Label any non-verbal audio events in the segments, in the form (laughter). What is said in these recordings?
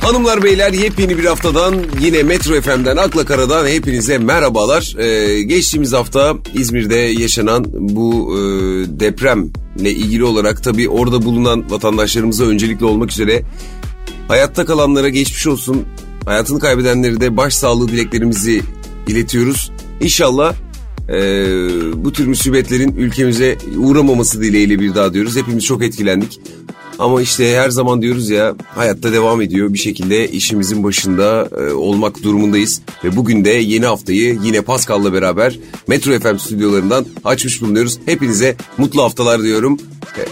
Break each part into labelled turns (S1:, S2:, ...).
S1: Hanımlar beyler yepyeni bir haftadan yine Metro FM'den Akla Karadan hepinize merhabalar. Ee, geçtiğimiz hafta İzmir'de yaşanan bu e, depremle ilgili olarak tabii orada bulunan vatandaşlarımıza öncelikle olmak üzere hayatta kalanlara geçmiş olsun. Hayatını kaybedenlere de başsağlığı dileklerimizi iletiyoruz. İnşallah e, bu tür musibetlerin ülkemize uğramaması dileğiyle bir daha diyoruz. Hepimiz çok etkilendik. Ama işte her zaman diyoruz ya hayatta devam ediyor. Bir şekilde işimizin başında e, olmak durumundayız. Ve bugün de yeni haftayı yine Pascal'la beraber Metro FM stüdyolarından açmış bulunuyoruz. Hepinize mutlu haftalar diyorum. E,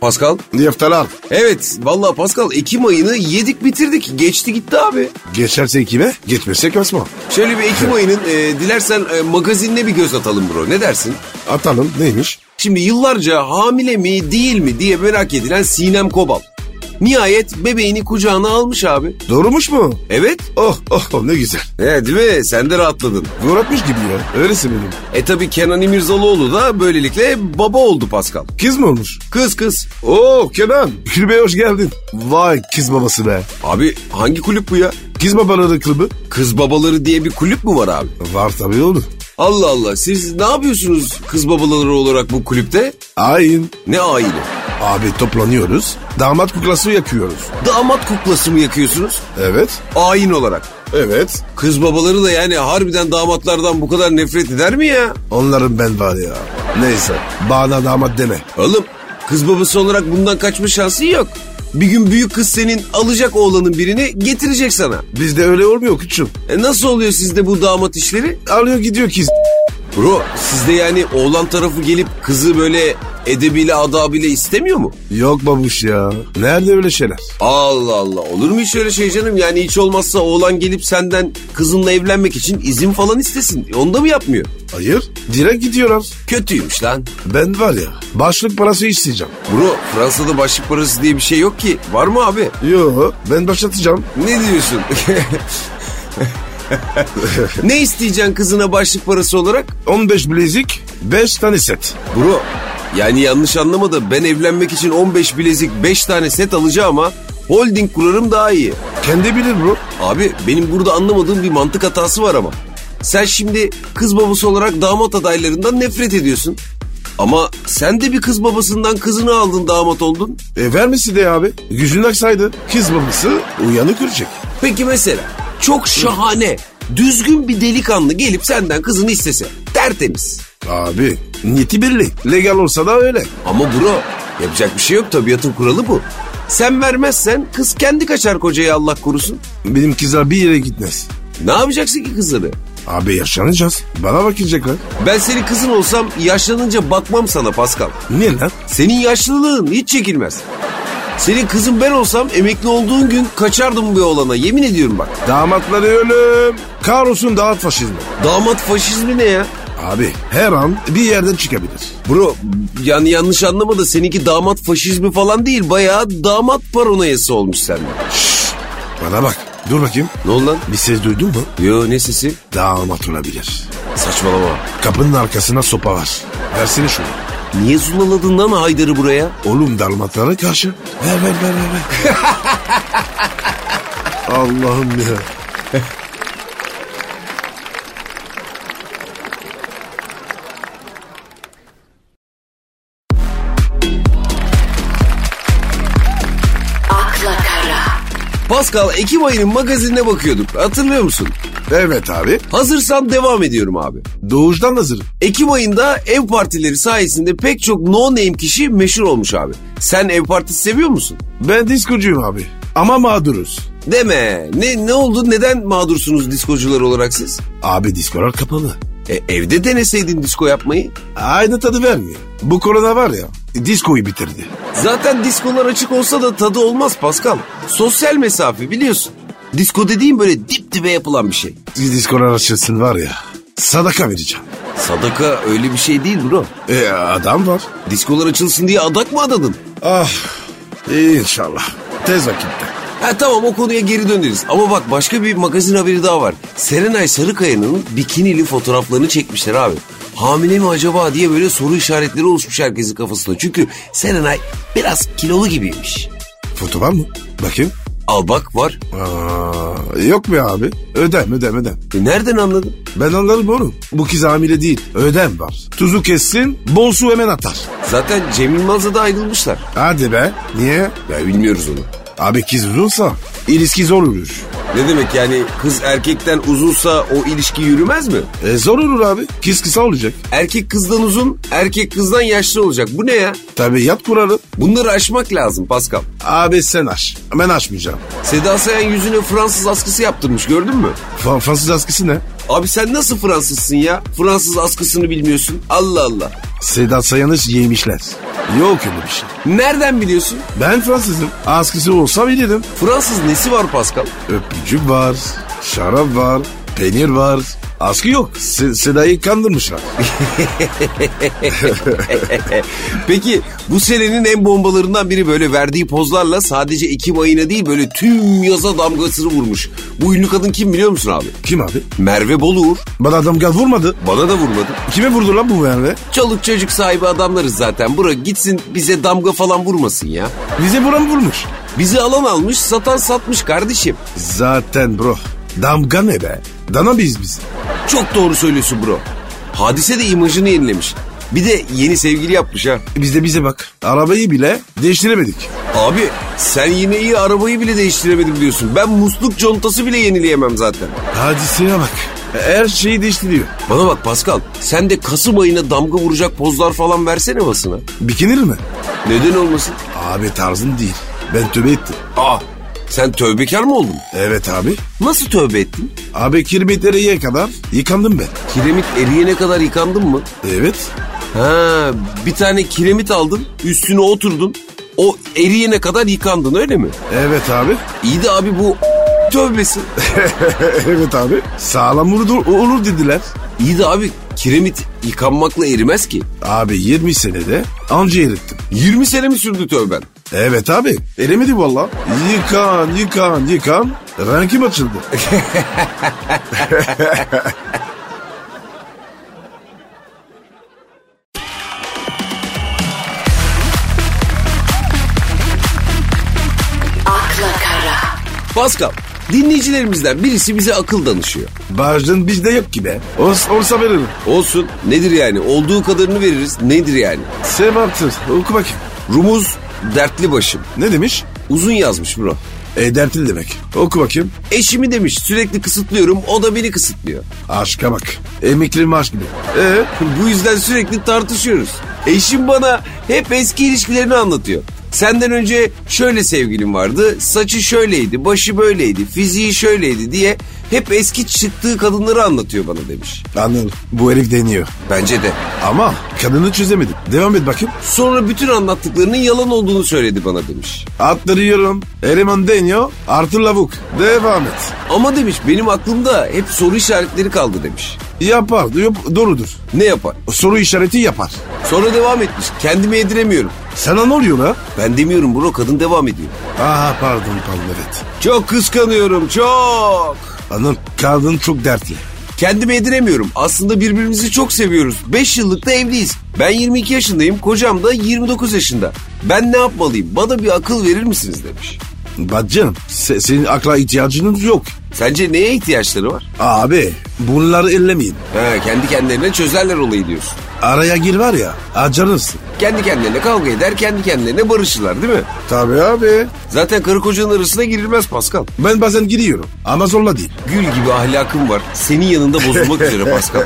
S1: Pascal?
S2: İyi haftalar.
S1: Evet vallahi Pascal Ekim ayını yedik bitirdik. Geçti gitti abi.
S2: Geçerse kime? Geçmezse kasma.
S1: Şöyle bir Ekim ayının e, dilersen e, magazinine bir göz atalım bro. Ne dersin?
S2: Atalım neymiş?
S1: Şimdi yıllarca hamile mi değil mi diye merak edilen Sinem Kobal. Nihayet bebeğini kucağına almış abi.
S2: Doğrumuş mu?
S1: Evet.
S2: Oh oh oh, ne güzel.
S1: He değil mi? Sen de rahatladın.
S2: Doğratmış gibi ya. Öylesi benim.
S1: E tabi Kenan İmirzalıoğlu da böylelikle baba oldu Pascal.
S2: Kız mı olmuş?
S1: Kız kız.
S2: Oo Kenan. Kulübe hoş geldin. Vay kız babası be.
S1: Abi hangi kulüp bu ya?
S2: Kız babaları kulübü.
S1: Kız babaları diye bir kulüp mü var abi?
S2: Var tabii oğlum.
S1: Allah Allah siz ne yapıyorsunuz kız babaları olarak bu kulüpte?
S2: Ayin.
S1: Ne aile?
S2: Abi toplanıyoruz. Damat kuklası yakıyoruz.
S1: Damat kuklası mı yakıyorsunuz?
S2: Evet.
S1: Ayin olarak.
S2: Evet.
S1: Kız babaları da yani harbiden damatlardan bu kadar nefret eder mi ya?
S2: Onların ben var ya. Neyse. Bana damat deme.
S1: Oğlum kız babası olarak bundan kaçma şansın yok. Bir gün büyük kız senin alacak oğlanın birini getirecek sana.
S2: Bizde öyle olmuyor küçüm.
S1: E nasıl oluyor sizde bu damat işleri?
S2: Alıyor gidiyor ki.
S1: Bro sizde yani oğlan tarafı gelip kızı böyle edebiyle adabıyla istemiyor mu?
S2: Yok babuş ya. Nerede öyle şeyler?
S1: Allah Allah olur mu hiç öyle şey canım? Yani hiç olmazsa oğlan gelip senden kızınla evlenmek için izin falan istesin. E, Onu da mı yapmıyor?
S2: Hayır. Direkt gidiyorlar.
S1: Kötüymüş lan.
S2: Ben var ya başlık parası isteyeceğim.
S1: Bro Fransa'da başlık parası diye bir şey yok ki. Var mı abi?
S2: Yo ben başlatacağım.
S1: Ne diyorsun? (laughs) ne isteyeceksin kızına başlık parası olarak?
S2: 15 bilezik 5 tane set.
S1: Bro yani yanlış anlama da ben evlenmek için 15 bilezik 5 tane set alacağım ama holding kurarım daha iyi.
S2: Kendi bilir bro.
S1: Abi benim burada anlamadığım bir mantık hatası var ama. Sen şimdi kız babası olarak damat adaylarından nefret ediyorsun. Ama sen de bir kız babasından kızını aldın damat oldun.
S2: E vermesi de abi. Gücün aksaydı kız babası uyanık ölecek.
S1: Peki mesela çok şahane, düzgün bir delikanlı gelip senden kızını istese. Tertemiz.
S2: Abi niyeti belli. Legal olsa da öyle.
S1: Ama bro yapacak bir şey yok tabiatın kuralı bu. Sen vermezsen kız kendi kaçar kocaya Allah korusun.
S2: Benim kızlar bir yere gitmez.
S1: Ne yapacaksın ki kızları?
S2: Abi yaşlanacağız. Bana bakacaklar.
S1: Ben senin kızın olsam yaşlanınca bakmam sana Pascal.
S2: Niye lan?
S1: Senin yaşlılığın hiç çekilmez. Senin kızın ben olsam emekli olduğun gün kaçardım bu olana yemin ediyorum bak.
S2: Damatları ölüm. Kahrolsun dağıt faşizmi.
S1: Damat faşizmi ne ya?
S2: Abi her an bir yerden çıkabilir.
S1: Bro yani yanlış anlama da seninki damat faşizmi falan değil bayağı damat paranoyası olmuş sende.
S2: Şşş. Bana bak. Dur bakayım.
S1: Ne oldu lan?
S2: Bir ses duydun mu?
S1: Yo ne sesi?
S2: Damat olabilir.
S1: Saçmalama.
S2: Kapının arkasına sopa var. Versene şunu.
S1: Niye zulaladın lan Haydar'ı buraya?
S2: Oğlum dalmatlara karşı. Ver ver ver ver. ver. Allah'ım ya.
S3: akla kara,
S1: Pascal Ekim ayının magazinine bakıyorduk hatırlıyor musun?
S2: Evet abi.
S1: Hazırsan devam ediyorum abi.
S2: Doğuştan hazırım.
S1: Ekim ayında ev partileri sayesinde pek çok no name kişi meşhur olmuş abi. Sen ev partisi seviyor musun?
S2: Ben diskocuyum abi. Ama mağduruz.
S1: Deme. Ne ne oldu? Neden mağdursunuz diskocular olarak siz?
S2: Abi diskolar kapalı.
S1: E, evde deneseydin disko yapmayı.
S2: Aynı tadı vermiyor. Bu korona var ya diskoyu bitirdi.
S1: Zaten diskolar açık olsa da tadı olmaz Pascal. Sosyal mesafe biliyorsun. Disko dediğim böyle dip dibe yapılan bir şey.
S2: Siz diskolar açılsın var ya sadaka vereceğim.
S1: Sadaka öyle bir şey değil bro.
S2: E adam var.
S1: Diskolar açılsın diye adak mı adadın?
S2: Ah inşallah tez vakitte.
S1: Ha tamam o konuya geri döneriz. Ama bak başka bir magazin haberi daha var. Serenay Sarıkaya'nın bikinili fotoğraflarını çekmişler abi. Hamile mi acaba diye böyle soru işaretleri oluşmuş herkesin kafasında. Çünkü Serenay biraz kilolu gibiymiş.
S2: Foto var mı? Bakayım.
S1: Albak var.
S2: Aa, yok mu abi? Ödem ödem ödem.
S1: E, nereden anladın?
S2: Ben anlarım oğlum. Bu kız hamile değil. Ödem var. Tuzu kessin bol su hemen atar.
S1: Zaten Cem Yılmaz'la da ayrılmışlar.
S2: Hadi be. Niye?
S1: Ya bilmiyoruz onu.
S2: Abi kız uzunsa ilişki zor olur.
S1: Ne demek yani kız erkekten uzunsa o ilişki yürümez mi?
S2: E zor olur abi. Kız kısa olacak.
S1: Erkek kızdan uzun, erkek kızdan yaşlı olacak. Bu ne ya?
S2: Tabii yat kurarım.
S1: Bunları aşmak lazım Pascal.
S2: Abi sen aç. Ben açmayacağım.
S1: Seda Sayan yüzüne Fransız askısı yaptırmış gördün mü?
S2: Fa- Fransız askısı ne?
S1: Abi sen nasıl Fransızsın ya? Fransız askısını bilmiyorsun. Allah Allah.
S2: Sedat Sayan'ı yemişler. Yok öyle bir şey.
S1: Nereden biliyorsun?
S2: Ben Fransızım. Askısı olsa bilirim.
S1: Fransız nesi var Pascal?
S2: Öpücük var, şarap var, peynir var. Askı yok. Se- Seda'yı kandırmışlar.
S1: E, Peki bu senenin en bombalarından biri böyle verdiği pozlarla sadece Ekim ayına değil böyle tüm yaza damgasını vurmuş. Bu ünlü kadın kim biliyor musun abi?
S2: Kim abi?
S1: Merve Boluğur.
S2: Bana adam gaz vurmadı.
S1: Bana da vurmadı.
S2: Kime vurdu lan bu verme?
S1: Çoluk çocuk sahibi adamlarız zaten. Bura gitsin bize damga falan vurmasın ya.
S2: Bize buram vurmuş.
S1: Bizi alan almış satan satmış kardeşim.
S2: Zaten bro. Damga ne be? Dana biz biz.
S1: Çok doğru söylüyorsun bro. Hadise de imajını yenilemiş. Bir de yeni sevgili yapmış ha.
S2: Biz de bize bak. Arabayı bile değiştiremedik.
S1: Abi sen yine iyi arabayı bile değiştiremedim diyorsun. Ben musluk contası bile yenileyemem zaten.
S2: Hadiseye bak. Her şeyi değiştiriyor.
S1: Bana bak Pascal sen de Kasım ayına damga vuracak pozlar falan versene basına.
S2: Bikinir mi?
S1: Neden olmasın?
S2: Abi tarzın değil. Ben tövbe ettim.
S1: Aa sen tövbekar mı oldun?
S2: Evet abi.
S1: Nasıl tövbe ettin?
S2: Abi kirmitleriye kadar yıkandım ben.
S1: Kiremit eriyene kadar yıkandın mı?
S2: Evet.
S1: Ha bir tane kiremit aldın üstüne oturdun. O eriyene kadar yıkandın öyle mi?
S2: Evet abi. (laughs)
S1: İyi de abi bu tövbesi. (laughs)
S2: evet abi. Sağlam vurdu olur dediler.
S1: İyi de abi kiremit yıkanmakla erimez ki.
S2: Abi 20 senede anca erittim.
S1: 20 sene mi sürdü tövben?
S2: Evet abi. Erimedi valla. Yıkan yıkan yıkan. Rankim açıldı. Eh,
S3: akla kara,
S1: Pascal dinleyicilerimizden birisi bize akıl danışıyor.
S2: Bağcın bizde yok ki be. Olsa, olsa veririm.
S1: Olsun nedir yani olduğu kadarını veririz nedir yani?
S2: Sebaptır. Oku bakayım.
S1: Rumuz dertli başım.
S2: Ne demiş?
S1: Uzun yazmış bro.
S2: E dertli demek. Oku bakayım.
S1: Eşimi demiş sürekli kısıtlıyorum o da beni kısıtlıyor.
S2: Aşka bak. Emekli maaş gibi. E
S1: Bu yüzden sürekli tartışıyoruz. Eşim bana hep eski ilişkilerini anlatıyor. Senden önce şöyle sevgilim vardı, saçı şöyleydi, başı böyleydi, fiziği şöyleydi diye hep eski çıktığı kadınları anlatıyor bana demiş.
S2: anladım. Bu herif deniyor.
S1: Bence de.
S2: Ama kadını çözemedim. Devam et bakayım.
S1: Sonra bütün anlattıklarının yalan olduğunu söyledi bana demiş.
S2: Attırıyorum. Eleman deniyor. Artı lavuk. Devam et.
S1: Ama demiş benim aklımda hep soru işaretleri kaldı demiş.
S2: Yapar. Yok, doğrudur.
S1: Ne yapar?
S2: Soru işareti yapar.
S1: Sonra devam etmiş. Kendimi yediremiyorum.
S2: Sana ne oluyor lan?
S1: Ben demiyorum bro kadın devam ediyor.
S2: Aha pardon pardon evet.
S1: Çok kıskanıyorum çok.
S2: Anıl kadın çok dertli.
S1: Kendimi yediremiyorum. Aslında birbirimizi çok seviyoruz. 5 yıllık da evliyiz. Ben 22 yaşındayım, kocam da 29 yaşında. Ben ne yapmalıyım? Bana bir akıl verir misiniz demiş.
S2: Bak canım se- senin akla ihtiyacınız yok.
S1: Sence neye ihtiyaçları var?
S2: Abi bunları ellemeyin.
S1: Ha, kendi kendilerine çözerler olayı diyorsun.
S2: Araya gir var ya acarırsın.
S1: Kendi kendilerine kavga eder, kendi kendilerine barışırlar değil mi?
S2: Tabii abi.
S1: Zaten karı kocanın arasına girilmez Pascal.
S2: Ben bazen giriyorum ama zorla değil.
S1: Gül gibi ahlakım var. Senin yanında bozulmak üzere Pascal.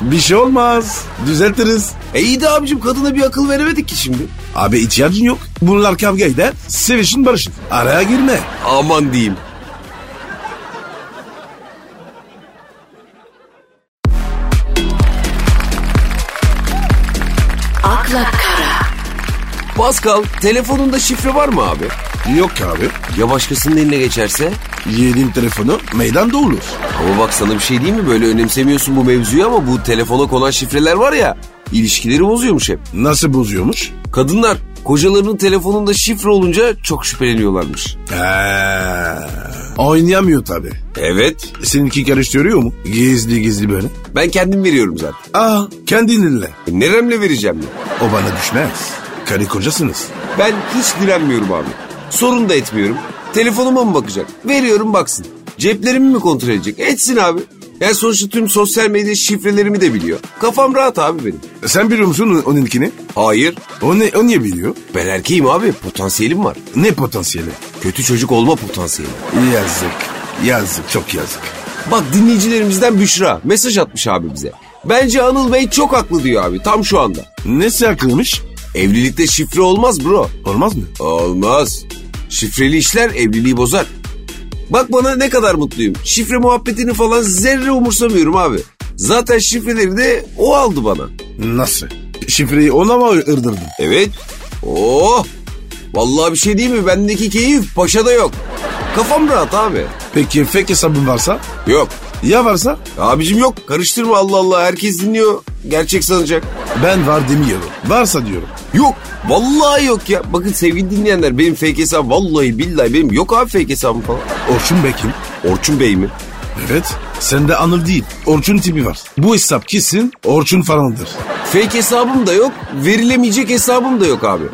S2: Bir şey olmaz. Düzeltiriz.
S1: E iyi de abicim kadına bir akıl veremedik ki şimdi.
S2: Abi ihtiyacın yok. Bunlar kavga eder. Sevişin barışın. Araya girme.
S1: Aman diyeyim.
S3: akla kara,
S1: Pascal telefonunda şifre var mı abi?
S2: Yok abi.
S1: Ya başkasının eline geçerse?
S2: Yeğenin telefonu meydanda olur.
S1: Ama bak sana bir şey değil mi? Böyle önemsemiyorsun bu mevzuyu ama bu telefona konan şifreler var ya ilişkileri bozuyormuş hep.
S2: Nasıl bozuyormuş?
S1: Kadınlar kocalarının telefonunda şifre olunca çok şüpheleniyorlarmış.
S2: Eee, oynayamıyor tabii.
S1: Evet.
S2: Seninki karıştırıyor mu? Gizli gizli böyle.
S1: Ben kendim veriyorum zaten.
S2: Aa kendin dinle.
S1: E, neremle vereceğim ya?
S2: O bana düşmez. Karı kocasınız.
S1: Ben hiç direnmiyorum abi. Sorun da etmiyorum. Telefonuma mı bakacak? Veriyorum baksın. Ceplerimi mi kontrol edecek? Etsin abi. Yani sonuçta tüm sosyal medya şifrelerimi de biliyor. Kafam rahat abi benim.
S2: Sen biliyor musun onunkini?
S1: Hayır.
S2: O, ne, o niye biliyor?
S1: Ben erkeğim abi. Potansiyelim var.
S2: Ne potansiyeli?
S1: Kötü çocuk olma potansiyeli.
S2: Yazık. Yazık. Çok yazık.
S1: Bak dinleyicilerimizden Büşra mesaj atmış abi bize. Bence Anıl Bey çok haklı diyor abi tam şu anda.
S2: Nesi akılmış?
S1: Evlilikte şifre olmaz bro.
S2: Olmaz mı?
S1: Olmaz. Şifreli işler evliliği bozar. Bak bana ne kadar mutluyum. Şifre muhabbetini falan zerre umursamıyorum abi. Zaten şifreleri de o aldı bana.
S2: Nasıl? Şifreyi ona mı ırdırdın?
S1: Evet. Oh. Vallahi bir şey değil mi? Bendeki keyif paşada yok. Kafam rahat abi.
S2: Peki fake hesabın varsa?
S1: Yok.
S2: Ya varsa?
S1: Abicim yok. Karıştırma Allah Allah. Herkes dinliyor. Gerçek sanacak.
S2: Ben var demiyorum. Varsa diyorum.
S1: Yok. Vallahi yok ya. Bakın sevgili dinleyenler benim fake hesabım. Vallahi billahi benim yok abi fake hesabım falan.
S2: Orçun Bekim.
S1: Orçun Bey mi?
S2: Evet. Sende Anıl değil. Orçun tipi var. Bu hesap kesin Orçun falandır.
S1: Fake hesabım da yok. Verilemeyecek hesabım da yok abi.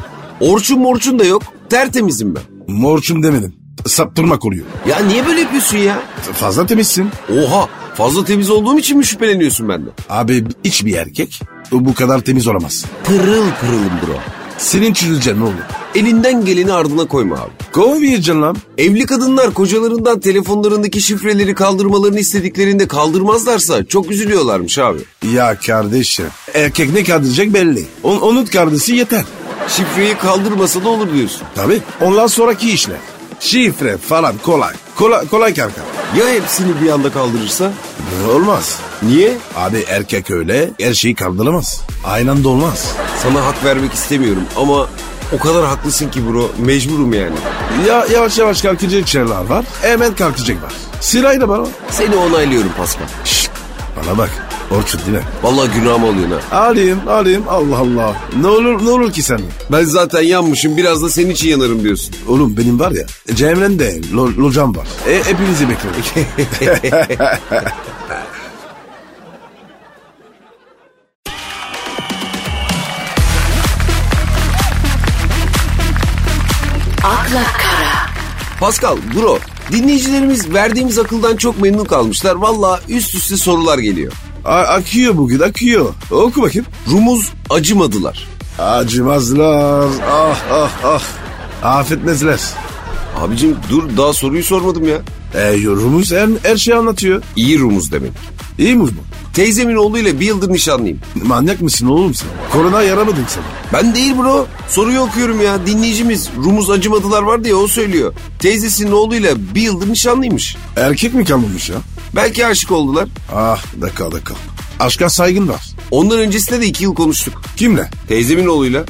S1: Orçun morçun da yok. Tertemizim ben.
S2: Morçun demedim. Saptırmak oluyor.
S1: Ya niye böyle yapıyorsun ya?
S2: Fazla temizsin.
S1: Oha fazla temiz olduğum için mi şüpheleniyorsun benden?
S2: Abi hiçbir erkek bu kadar temiz olamaz.
S1: Pırıl pırılım bro.
S2: Senin çözüleceksin oğlum.
S1: Elinden geleni ardına koyma abi.
S2: Kovmayacaksın lan.
S1: Evli kadınlar kocalarından telefonlarındaki şifreleri kaldırmalarını istediklerinde kaldırmazlarsa çok üzülüyorlarmış abi.
S2: Ya kardeşim. Erkek ne kardeşecek belli. On, onun kardeşi yeter.
S1: Şifreyi kaldırmasa da olur diyorsun.
S2: Tabi. Ondan sonraki işler. Şifre falan kolay. Kolay, kolay kanka.
S1: Ya hepsini bir anda kaldırırsa?
S2: Olmaz.
S1: Niye?
S2: Abi erkek öyle her şeyi kaldıramaz. Aynı anda olmaz.
S1: Sana hak vermek istemiyorum ama o kadar haklısın ki bro mecburum yani.
S2: Ya yavaş yavaş kalkacak şeyler var. Hemen kalkacak var. Sırayla bana.
S1: Seni onaylıyorum Pascal.
S2: Şşt, bana bak. Orçun değil mi?
S1: Vallahi günahımı alıyorsun ha.
S2: Alayım alayım Allah Allah. Ne olur ne olur ki sen?
S1: Ben zaten yanmışım biraz da senin için yanarım diyorsun.
S2: Oğlum benim var ya e, Cemre'nde lo, locam var. E, hepinizi bekliyorum.
S3: akla kara,
S1: (laughs) Pascal bro dinleyicilerimiz verdiğimiz akıldan çok memnun kalmışlar. Vallahi üst üste sorular geliyor.
S2: A- akıyor bugün akıyor. Oku bakayım.
S1: Rumuz acımadılar.
S2: Acımazlar. Ah ah ah. Affetmezler.
S1: Abicim dur daha soruyu sormadım ya.
S2: E, yorumumuz her, her şeyi anlatıyor.
S1: İyi Rumuz demek.
S2: İyi mi bu?
S1: Teyzemin oğluyla bir yıldır nişanlıyım.
S2: Manyak mısın oğlum sen? Korona yaramadın sana.
S1: Ben değil bro. Soruyu okuyorum ya. Dinleyicimiz Rumuz acımadılar var diye o söylüyor. Teyzesinin oğluyla bir yıldır nişanlıymış.
S2: Erkek mi kalmamış ya?
S1: Belki aşık oldular.
S2: Ah dakika dakika. Aşka saygın var.
S1: Ondan öncesinde de iki yıl konuştuk.
S2: Kimle?
S1: Teyzemin oğluyla.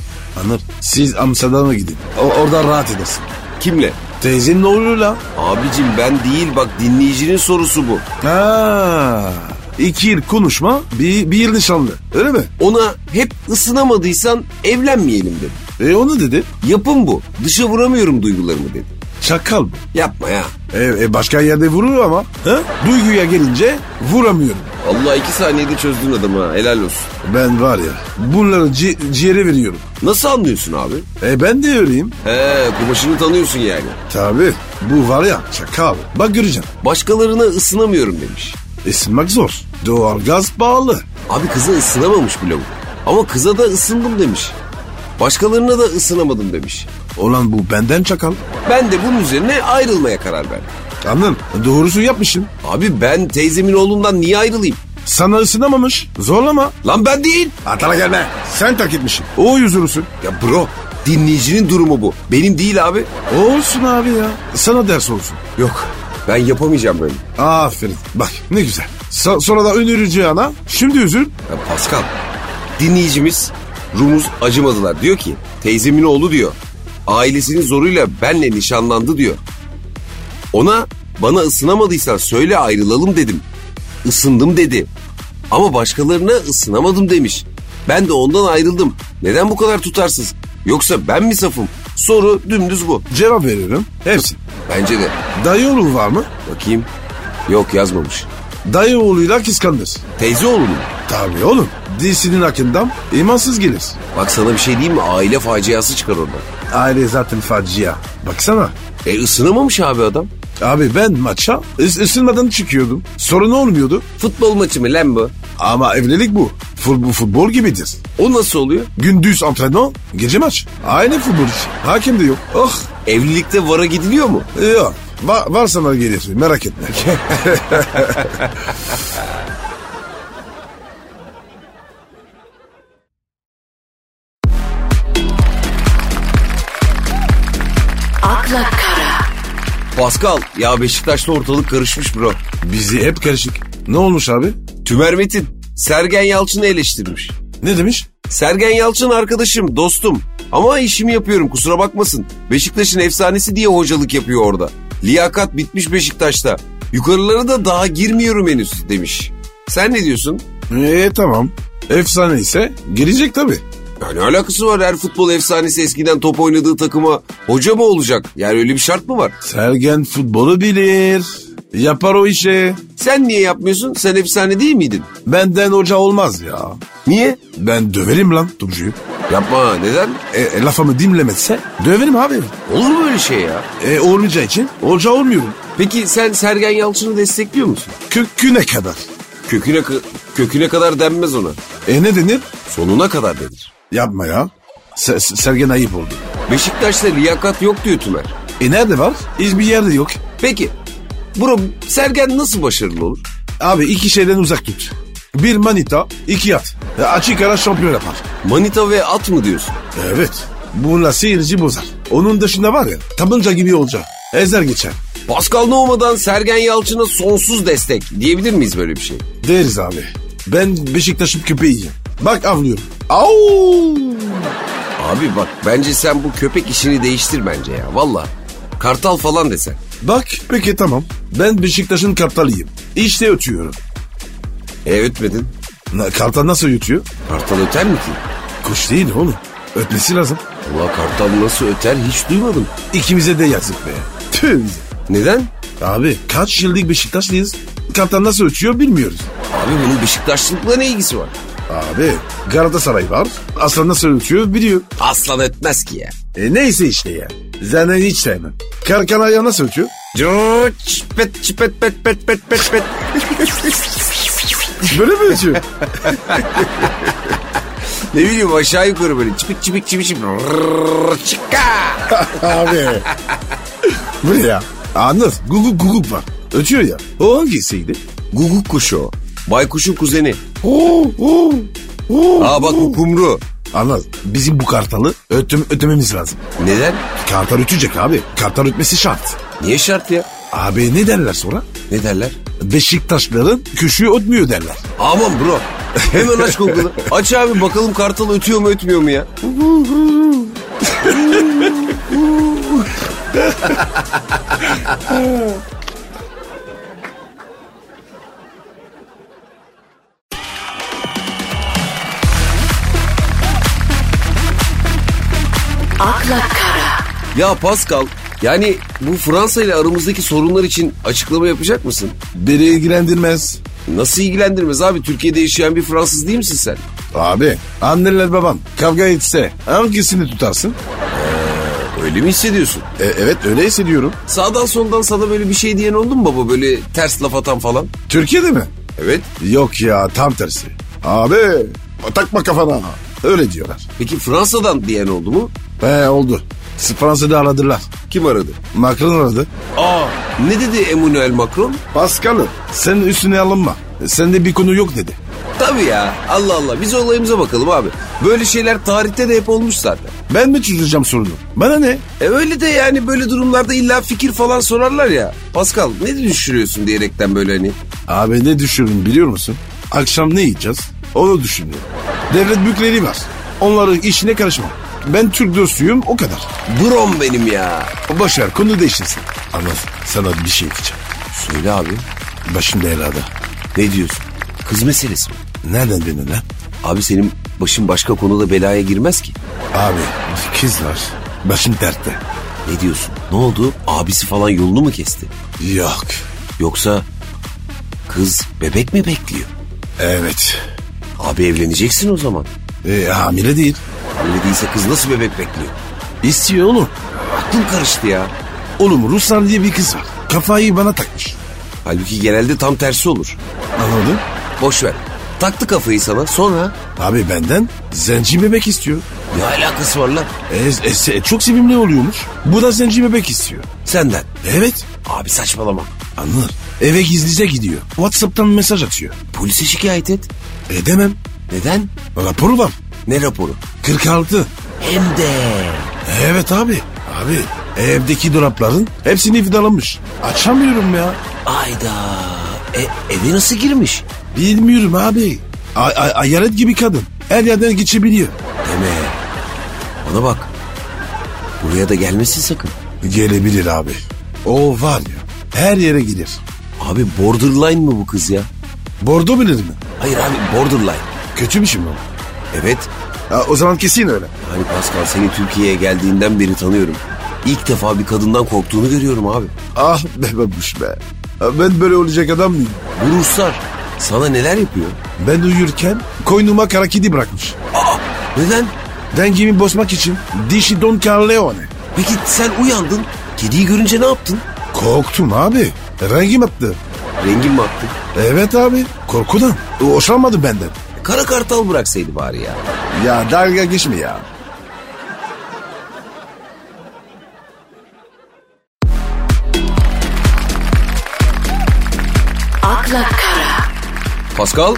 S2: Anır. Siz Amsterdam'a gidin. O, orada rahat edersin.
S1: Kimle?
S2: Teyzenin oğluyla.
S1: Abicim ben değil bak dinleyicinin sorusu bu.
S2: Ha. İki yıl konuşma, bir, bir yıl nişanlı. Öyle mi?
S1: Ona hep ısınamadıysan evlenmeyelim dedim.
S2: E onu dedi.
S1: Yapım bu. Dışa vuramıyorum duygularımı dedim.
S2: Çakal mı?
S1: Yapma ya.
S2: E, e, başka yerde vurur ama. Ha? Duyguya gelince vuramıyorum.
S1: Allah iki saniyede çözdün adamı ha. Helal olsun.
S2: Ben var ya bunları ci- ciğere veriyorum.
S1: Nasıl anlıyorsun abi?
S2: E ben de öyleyim.
S1: He kumaşını tanıyorsun yani.
S2: Tabi bu var ya çakal. Bak göreceksin.
S1: Başkalarına ısınamıyorum demiş.
S2: Isınmak zor. Doğal gaz pahalı.
S1: Abi kıza ısınamamış bile bu. Ama kıza da ısındım demiş. Başkalarına da ısınamadım demiş.
S2: Olan bu benden çakal.
S1: Ben de bunun üzerine ayrılmaya karar verdim.
S2: Anladın? Doğrusu yapmışım.
S1: Abi ben teyzemin oğlundan niye ayrılayım?
S2: Sana ısınamamış. Zorlama.
S1: Lan ben değil.
S2: Atala gelme. Sen tak etmişsin. O yüzürüsün.
S1: Ya bro dinleyicinin durumu bu. Benim değil abi.
S2: Olsun abi ya. Sana ders olsun.
S1: Yok ben yapamayacağım böyle.
S2: Aferin. Bak ne güzel. So- sonra da önerici ana. Şimdi üzül.
S1: Ya Pascal dinleyicimiz Rumuz acımadılar diyor ki teyzemin oğlu diyor. Ailesinin zoruyla benle nişanlandı diyor. Ona bana ısınamadıysan söyle ayrılalım dedim. Isındım dedi. Ama başkalarına ısınamadım demiş. Ben de ondan ayrıldım. Neden bu kadar tutarsız? Yoksa ben mi safım? Soru dümdüz bu.
S2: Cevap veriyorum. Hepsi.
S1: Bence de.
S2: Dayı olur var mı?
S1: Bakayım. Yok yazmamış.
S2: Dayı oğluyla kıskandır.
S1: Teyze oğlu mu?
S2: Tabii oğlum. Dizinin hakkından imansız gelir.
S1: Bak sana bir şey diyeyim mi? Aile faciası çıkar oradan.
S2: Aile zaten facia. Baksana.
S1: E ısınamamış abi adam.
S2: Abi ben maça ıs- ısınmadan çıkıyordum. Sorun olmuyordu.
S1: Futbol maçı mı lan bu?
S2: Ama evlilik bu. Futbol, futbol gibidir.
S1: O nasıl oluyor?
S2: Gündüz antrenman, gece maç. Aynı futbol işte. Hakim de yok. Oh.
S1: Evlilikte vara gidiliyor mu?
S2: Yok. Va- var sana gelir. Merak etme. (laughs)
S3: akla kara,
S1: Pascal ya Beşiktaş'ta ortalık karışmış bro.
S2: Bizi hep karışık. Ne olmuş abi?
S1: Tümer Metin Sergen Yalçın'ı eleştirmiş.
S2: Ne demiş?
S1: Sergen Yalçın arkadaşım, dostum. Ama işimi yapıyorum kusura bakmasın. Beşiktaş'ın efsanesi diye hocalık yapıyor orada. Liyakat bitmiş Beşiktaş'ta. Yukarılara da daha girmiyorum henüz demiş. Sen ne diyorsun?
S2: Eee E, tamam. Efsane ise gelecek tabii.
S1: Ya ne alakası var her futbol efsanesi eskiden top oynadığı takıma hoca mı olacak? Yani öyle bir şart mı var?
S2: Sergen futbolu bilir. Yapar o işi.
S1: Sen niye yapmıyorsun? Sen efsane değil miydin?
S2: Benden hoca olmaz ya.
S1: Niye?
S2: Ben döverim lan Tubcu'yu.
S1: Yapma neden?
S2: E, e, lafımı dinlemezse döverim abi.
S1: Olur mu öyle şey ya?
S2: E, olmayacağı için hoca olmuyorum.
S1: Peki sen Sergen Yalçın'ı destekliyor musun?
S2: Köküne kadar.
S1: Köküne, ka- köküne kadar denmez ona.
S2: E ne denir?
S1: Sonuna kadar denir.
S2: Yapma ya. Se- se- Sergen ayıp oldu.
S1: Beşiktaş'ta liyakat yok diyor Tümer.
S2: E nerede var? Hiçbir yerde yok.
S1: Peki bro Sergen nasıl başarılı olur?
S2: Abi iki şeyden uzak tut. Bir manita, iki at. E, açık ara şampiyon yapar.
S1: Manita ve at mı diyorsun?
S2: Evet. Bununla seyirci bozar. Onun dışında var ya tabanca gibi olacak. Ezer geçer.
S1: Pascal Nohma'dan Sergen Yalçın'a sonsuz destek diyebilir miyiz böyle bir şey?
S2: Deriz abi. Ben Beşiktaş'ın köpeğiyim. Bak avlıyorum. Au!
S1: Abi bak bence sen bu köpek işini değiştir bence ya valla. Kartal falan desen.
S2: Bak peki tamam. Ben Beşiktaş'ın kartalıyım. İşte ötüyorum.
S1: E ötmedin.
S2: Na, kartal nasıl ötüyor?
S1: Kartal öter mi ki?
S2: Kuş değil oğlum. Ötmesi lazım.
S1: Ulan kartal nasıl öter hiç duymadım.
S2: İkimize de yazık be. Tüh. bize.
S1: Neden?
S2: Abi kaç yıllık Beşiktaşlıyız. Kartal nasıl ötüyor bilmiyoruz.
S1: Abi bunun Beşiktaşlılıkla ne ilgisi var?
S2: Abi Galatasaray var. Aslan nasıl ötüyor biliyor.
S1: Aslan etmez ki ya.
S2: E neyse işte ya. Zaten hiç sevmem. Karkan ayağı nasıl ötüyor?
S1: Cuç, pet, çipet, pet, pet, pet, pet, pet.
S2: (laughs) Böyle mi ötüyor?
S1: Ne bileyim aşağı yukarı böyle çipik çipik çipik çipik. Rrrr, Çıkka. (laughs)
S2: Abi. Bu ne ya? Anlat. Guguk guguk var. Ötüyor ya. O hangisiydi?
S1: Guguk kuşu o. Baykuşun kuzeni.
S2: Oo, oo, oo,
S1: Aa bak bu
S2: oo.
S1: kumru.
S2: Anlat. Bizim bu kartalı ötüm, ötememiz lazım.
S1: Neden?
S2: Kartal ötecek abi. Kartal ötmesi şart.
S1: Niye şart ya?
S2: Abi ne derler sonra?
S1: Ne derler?
S2: Beşiktaşların köşüğü ötmüyor derler.
S1: Aman bro. Hemen aç Google'ı. Aç abi bakalım kartal ötüyor mu ötmüyor mu ya?
S3: akla kara,
S1: Ya Pascal yani bu Fransa ile aramızdaki sorunlar için açıklama yapacak mısın?
S2: Beni ilgilendirmez.
S1: Nasıl ilgilendirmez abi Türkiye'de yaşayan bir Fransız değil misin sen?
S2: Abi anneler baban kavga etse hangisini tutarsın?
S1: Öyle mi hissediyorsun?
S2: E, evet öyle hissediyorum.
S1: Sağdan soldan sana böyle bir şey diyen oldu mu baba böyle ters laf atan falan?
S2: Türkiye'de mi?
S1: Evet.
S2: Yok ya tam tersi. Abi takma kafana. Öyle diyorlar.
S1: Peki Fransa'dan diyen oldu mu?
S2: He oldu. Fransa'da aradılar.
S1: Kim aradı?
S2: Macron aradı.
S1: Aa ne dedi Emmanuel Macron?
S2: Paskal'ım senin üstüne alınma. Sende bir konu yok dedi.
S1: Tabii ya Allah Allah biz olayımıza bakalım abi. Böyle şeyler tarihte de hep olmuş zaten.
S2: Ben mi çözeceğim sorunu? Bana ne?
S1: E öyle de yani böyle durumlarda illa fikir falan sorarlar ya. Pascal ne düşünüyorsun diyerekten böyle hani.
S2: Abi ne düşünüyorum biliyor musun? Akşam ne yiyeceğiz? Onu düşünüyorum. Devlet büyükleri var. Onların işine karışmam. Ben Türk dostuyum o kadar.
S1: Brom benim ya.
S2: Boşver konu değiştirsin. Anlat sana bir şey diyeceğim.
S1: Söyle abi
S2: Başım belada.
S1: ne diyorsun? Kız meselesi mi?
S2: Nereden bildin lan?
S1: Abi senin başın başka konuda belaya girmez ki.
S2: Abi bir kız var. Başım dertte.
S1: Ne diyorsun? Ne oldu? Abisi falan yolunu mu kesti?
S2: Yok.
S1: Yoksa Kız bebek mi bekliyor?
S2: Evet.
S1: Abi evleneceksin o zaman.
S2: E, hamile değil.
S1: Öyle değilse kız nasıl bebek bekliyor?
S2: İstiyor oğlum.
S1: Aklım karıştı ya.
S2: Oğlum Ruslan diye bir kız var. Kafayı bana takmış.
S1: Halbuki genelde tam tersi olur.
S2: Anladın?
S1: Boş ver. Taktı kafayı sana sonra
S2: Abi benden zenci bebek istiyor.
S1: ne alakası var lan
S2: E, e, se- çok sevimli oluyormuş. Bu da zenci bebek istiyor.
S1: senden?
S2: Evet.
S1: Abi saçmalama.
S2: Anlar. Eve gizlice gidiyor. Whatsapp'tan mesaj atıyor.
S1: Polise şikayet et.
S2: Edemem.
S1: Neden?
S2: Raporu var.
S1: Ne raporu?
S2: 46.
S1: Hem de.
S2: Evet abi. Abi E, evdeki dolapların hepsini vidalamış. Açamıyorum ya.
S1: Ayda. E, eve nasıl girmiş?
S2: Bilmiyorum abi. Ay, ay, hayalet gibi kadın. Her yerden geçebiliyor.
S1: Deme. Ona bak. Buraya da gelmesin sakın.
S2: Gelebilir abi. O var ya. Her yere gider.
S1: Abi borderline mı bu kız ya?
S2: Bordo bilir mi?
S1: Hayır abi borderline.
S2: Kötü bir şey mi o?
S1: Evet.
S2: Ha, o zaman kesin öyle.
S1: Hani Pascal seni Türkiye'ye geldiğinden beri tanıyorum. İlk defa bir kadından korktuğunu görüyorum abi.
S2: Ah be babuş be. Ha, Ben böyle olacak adam mıyım?
S1: Bu Ruslar sana neler yapıyor?
S2: Ben uyurken koynuma kara kedi bırakmış.
S1: Aa neden?
S2: Dengemi bozmak için dişi Don Corleone.
S1: Peki sen uyandın. Kediyi görünce ne yaptın?
S2: Korktum abi. Rengim attı.
S1: Rengin mi attı?
S2: Evet abi. Korkudan. Hoşlanmadı benden.
S1: E, Kara kartal bıraksaydı bari ya.
S2: Ya dalga geçme ya.
S3: akla kara,
S1: Pascal?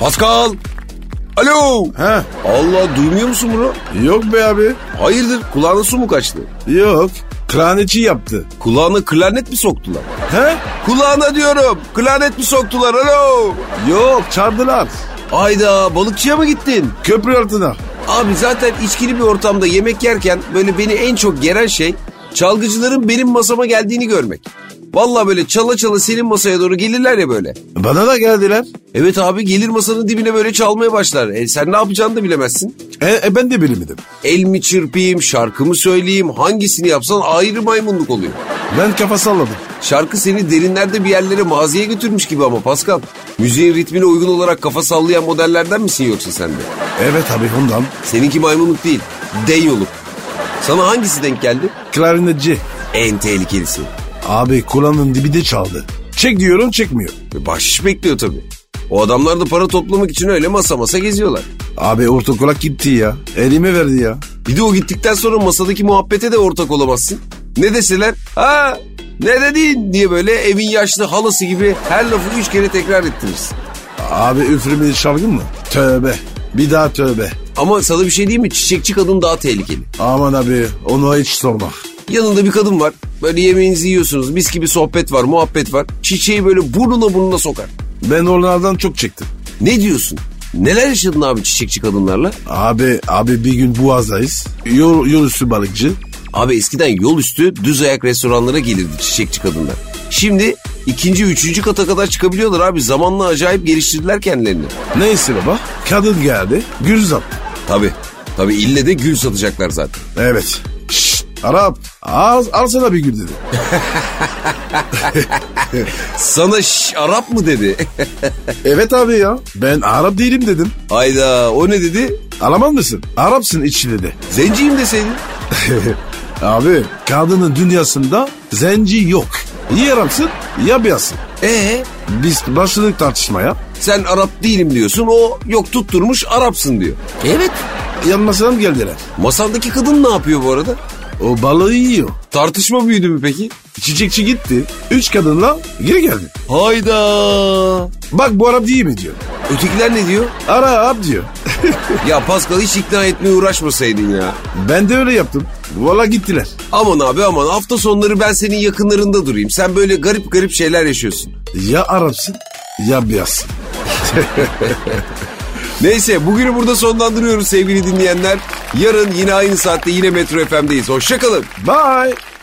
S1: Pascal! Alo!
S2: Ha?
S1: Allah duymuyor musun bunu?
S2: Yok be abi.
S1: Hayırdır kulağına su mu kaçtı?
S2: Yok. Kraneci yaptı.
S1: Kulağına klarnet mi soktular?
S2: He?
S1: Kulağına diyorum klarnet mi soktular alo?
S2: Yok çarptılar.
S1: Ayda balıkçıya mı gittin?
S2: Köprü altına.
S1: Abi zaten içkili bir ortamda yemek yerken böyle beni en çok geren şey çalgıcıların benim masama geldiğini görmek. Valla böyle çala çala senin masaya doğru gelirler ya böyle.
S2: Bana da geldiler.
S1: Evet abi gelir masanın dibine böyle çalmaya başlar. E, sen ne yapacağını da bilemezsin.
S2: E, e, ben de bilmedim.
S1: El mi çırpayım, şarkımı söyleyeyim, hangisini yapsan ayrı maymunluk oluyor.
S2: Ben kafa salladım.
S1: Şarkı seni derinlerde bir yerlere maziye götürmüş gibi ama Pascal. Müziğin ritmine uygun olarak kafa sallayan modellerden misin yoksa sen de?
S2: Evet abi ondan.
S1: Seninki maymunluk değil, denyoluk. Sana hangisi denk geldi?
S2: Klarinetçi.
S1: En tehlikelisi.
S2: Abi kulağının dibi de çaldı. Çek diyorum çekmiyor.
S1: E, Bahşiş bekliyor tabii. O adamlar da para toplamak için öyle masa masa geziyorlar.
S2: Abi orta kulak gitti ya. Elime verdi ya.
S1: Bir de o gittikten sonra masadaki muhabbete de ortak olamazsın. Ne deseler ha ne dedin diye böyle evin yaşlı halası gibi her lafı üç kere tekrar ettirirsin.
S2: Abi üfürmeli çalgın mı? Tövbe. Bir daha tövbe.
S1: Ama sana bir şey diyeyim mi çiçekçi kadın daha tehlikeli.
S2: Aman abi onu hiç sorma.
S1: Yanında bir kadın var böyle yemeğinizi yiyorsunuz mis gibi sohbet var muhabbet var. Çiçeği böyle burnuna burnuna sokar.
S2: Ben onlardan çok çektim.
S1: Ne diyorsun? Neler yaşadın abi çiçekçi kadınlarla?
S2: Abi abi bir gün Boğaz'dayız. Yol, yol üstü balıkçı.
S1: Abi eskiden yol üstü düz ayak restoranlara gelirdi çiçekçi kadınlar. Şimdi ikinci, üçüncü kata kadar çıkabiliyorlar abi. Zamanla acayip geliştirdiler kendilerini.
S2: Neyse baba kadın geldi. Gürüz attı.
S1: Tabii. Tabii ille de gül satacaklar zaten.
S2: Evet. Şşt, Arap al, alsana bir gül dedi.
S1: Sana şş Arap mı dedi? (laughs)
S2: Evet abi ya ben Arap değilim dedim.
S1: Hayda o ne dedi?
S2: Alaman mısın? Arapsın içi dedi.
S1: Zenciyim deseydin.
S2: (laughs) Abi kadının dünyasında zenci yok. Ya Arapsın ya beyazsın.
S1: Ee
S2: Biz başladık tartışmaya.
S1: sen Arap değilim diyorsun o yok tutturmuş Arapsın diyor. Evet.
S2: Yanmasına mı geldiler?
S1: Masandaki kadın ne yapıyor bu arada?
S2: O balığı yiyor.
S1: Tartışma büyüdü mü peki?
S2: Çiçekçi gitti. Üç kadınla geri geldi.
S1: Hayda.
S2: Bak bu Arap değil mi diyor.
S1: Ötekiler ne diyor?
S2: Arap diyor. (laughs)
S1: Ya Pascal hiç ikna etmeye uğraşmasaydın ya.
S2: Ben de öyle yaptım. Valla gittiler.
S1: Aman abi aman hafta sonları ben senin yakınlarında durayım. Sen böyle garip garip şeyler yaşıyorsun.
S2: Ya Arapsın ya beyazsın.
S1: Neyse bugünü burada sonlandırıyoruz sevgili dinleyenler. Yarın yine aynı saatte yine Metro FM'deyiz. Hoşçakalın.
S2: Bye.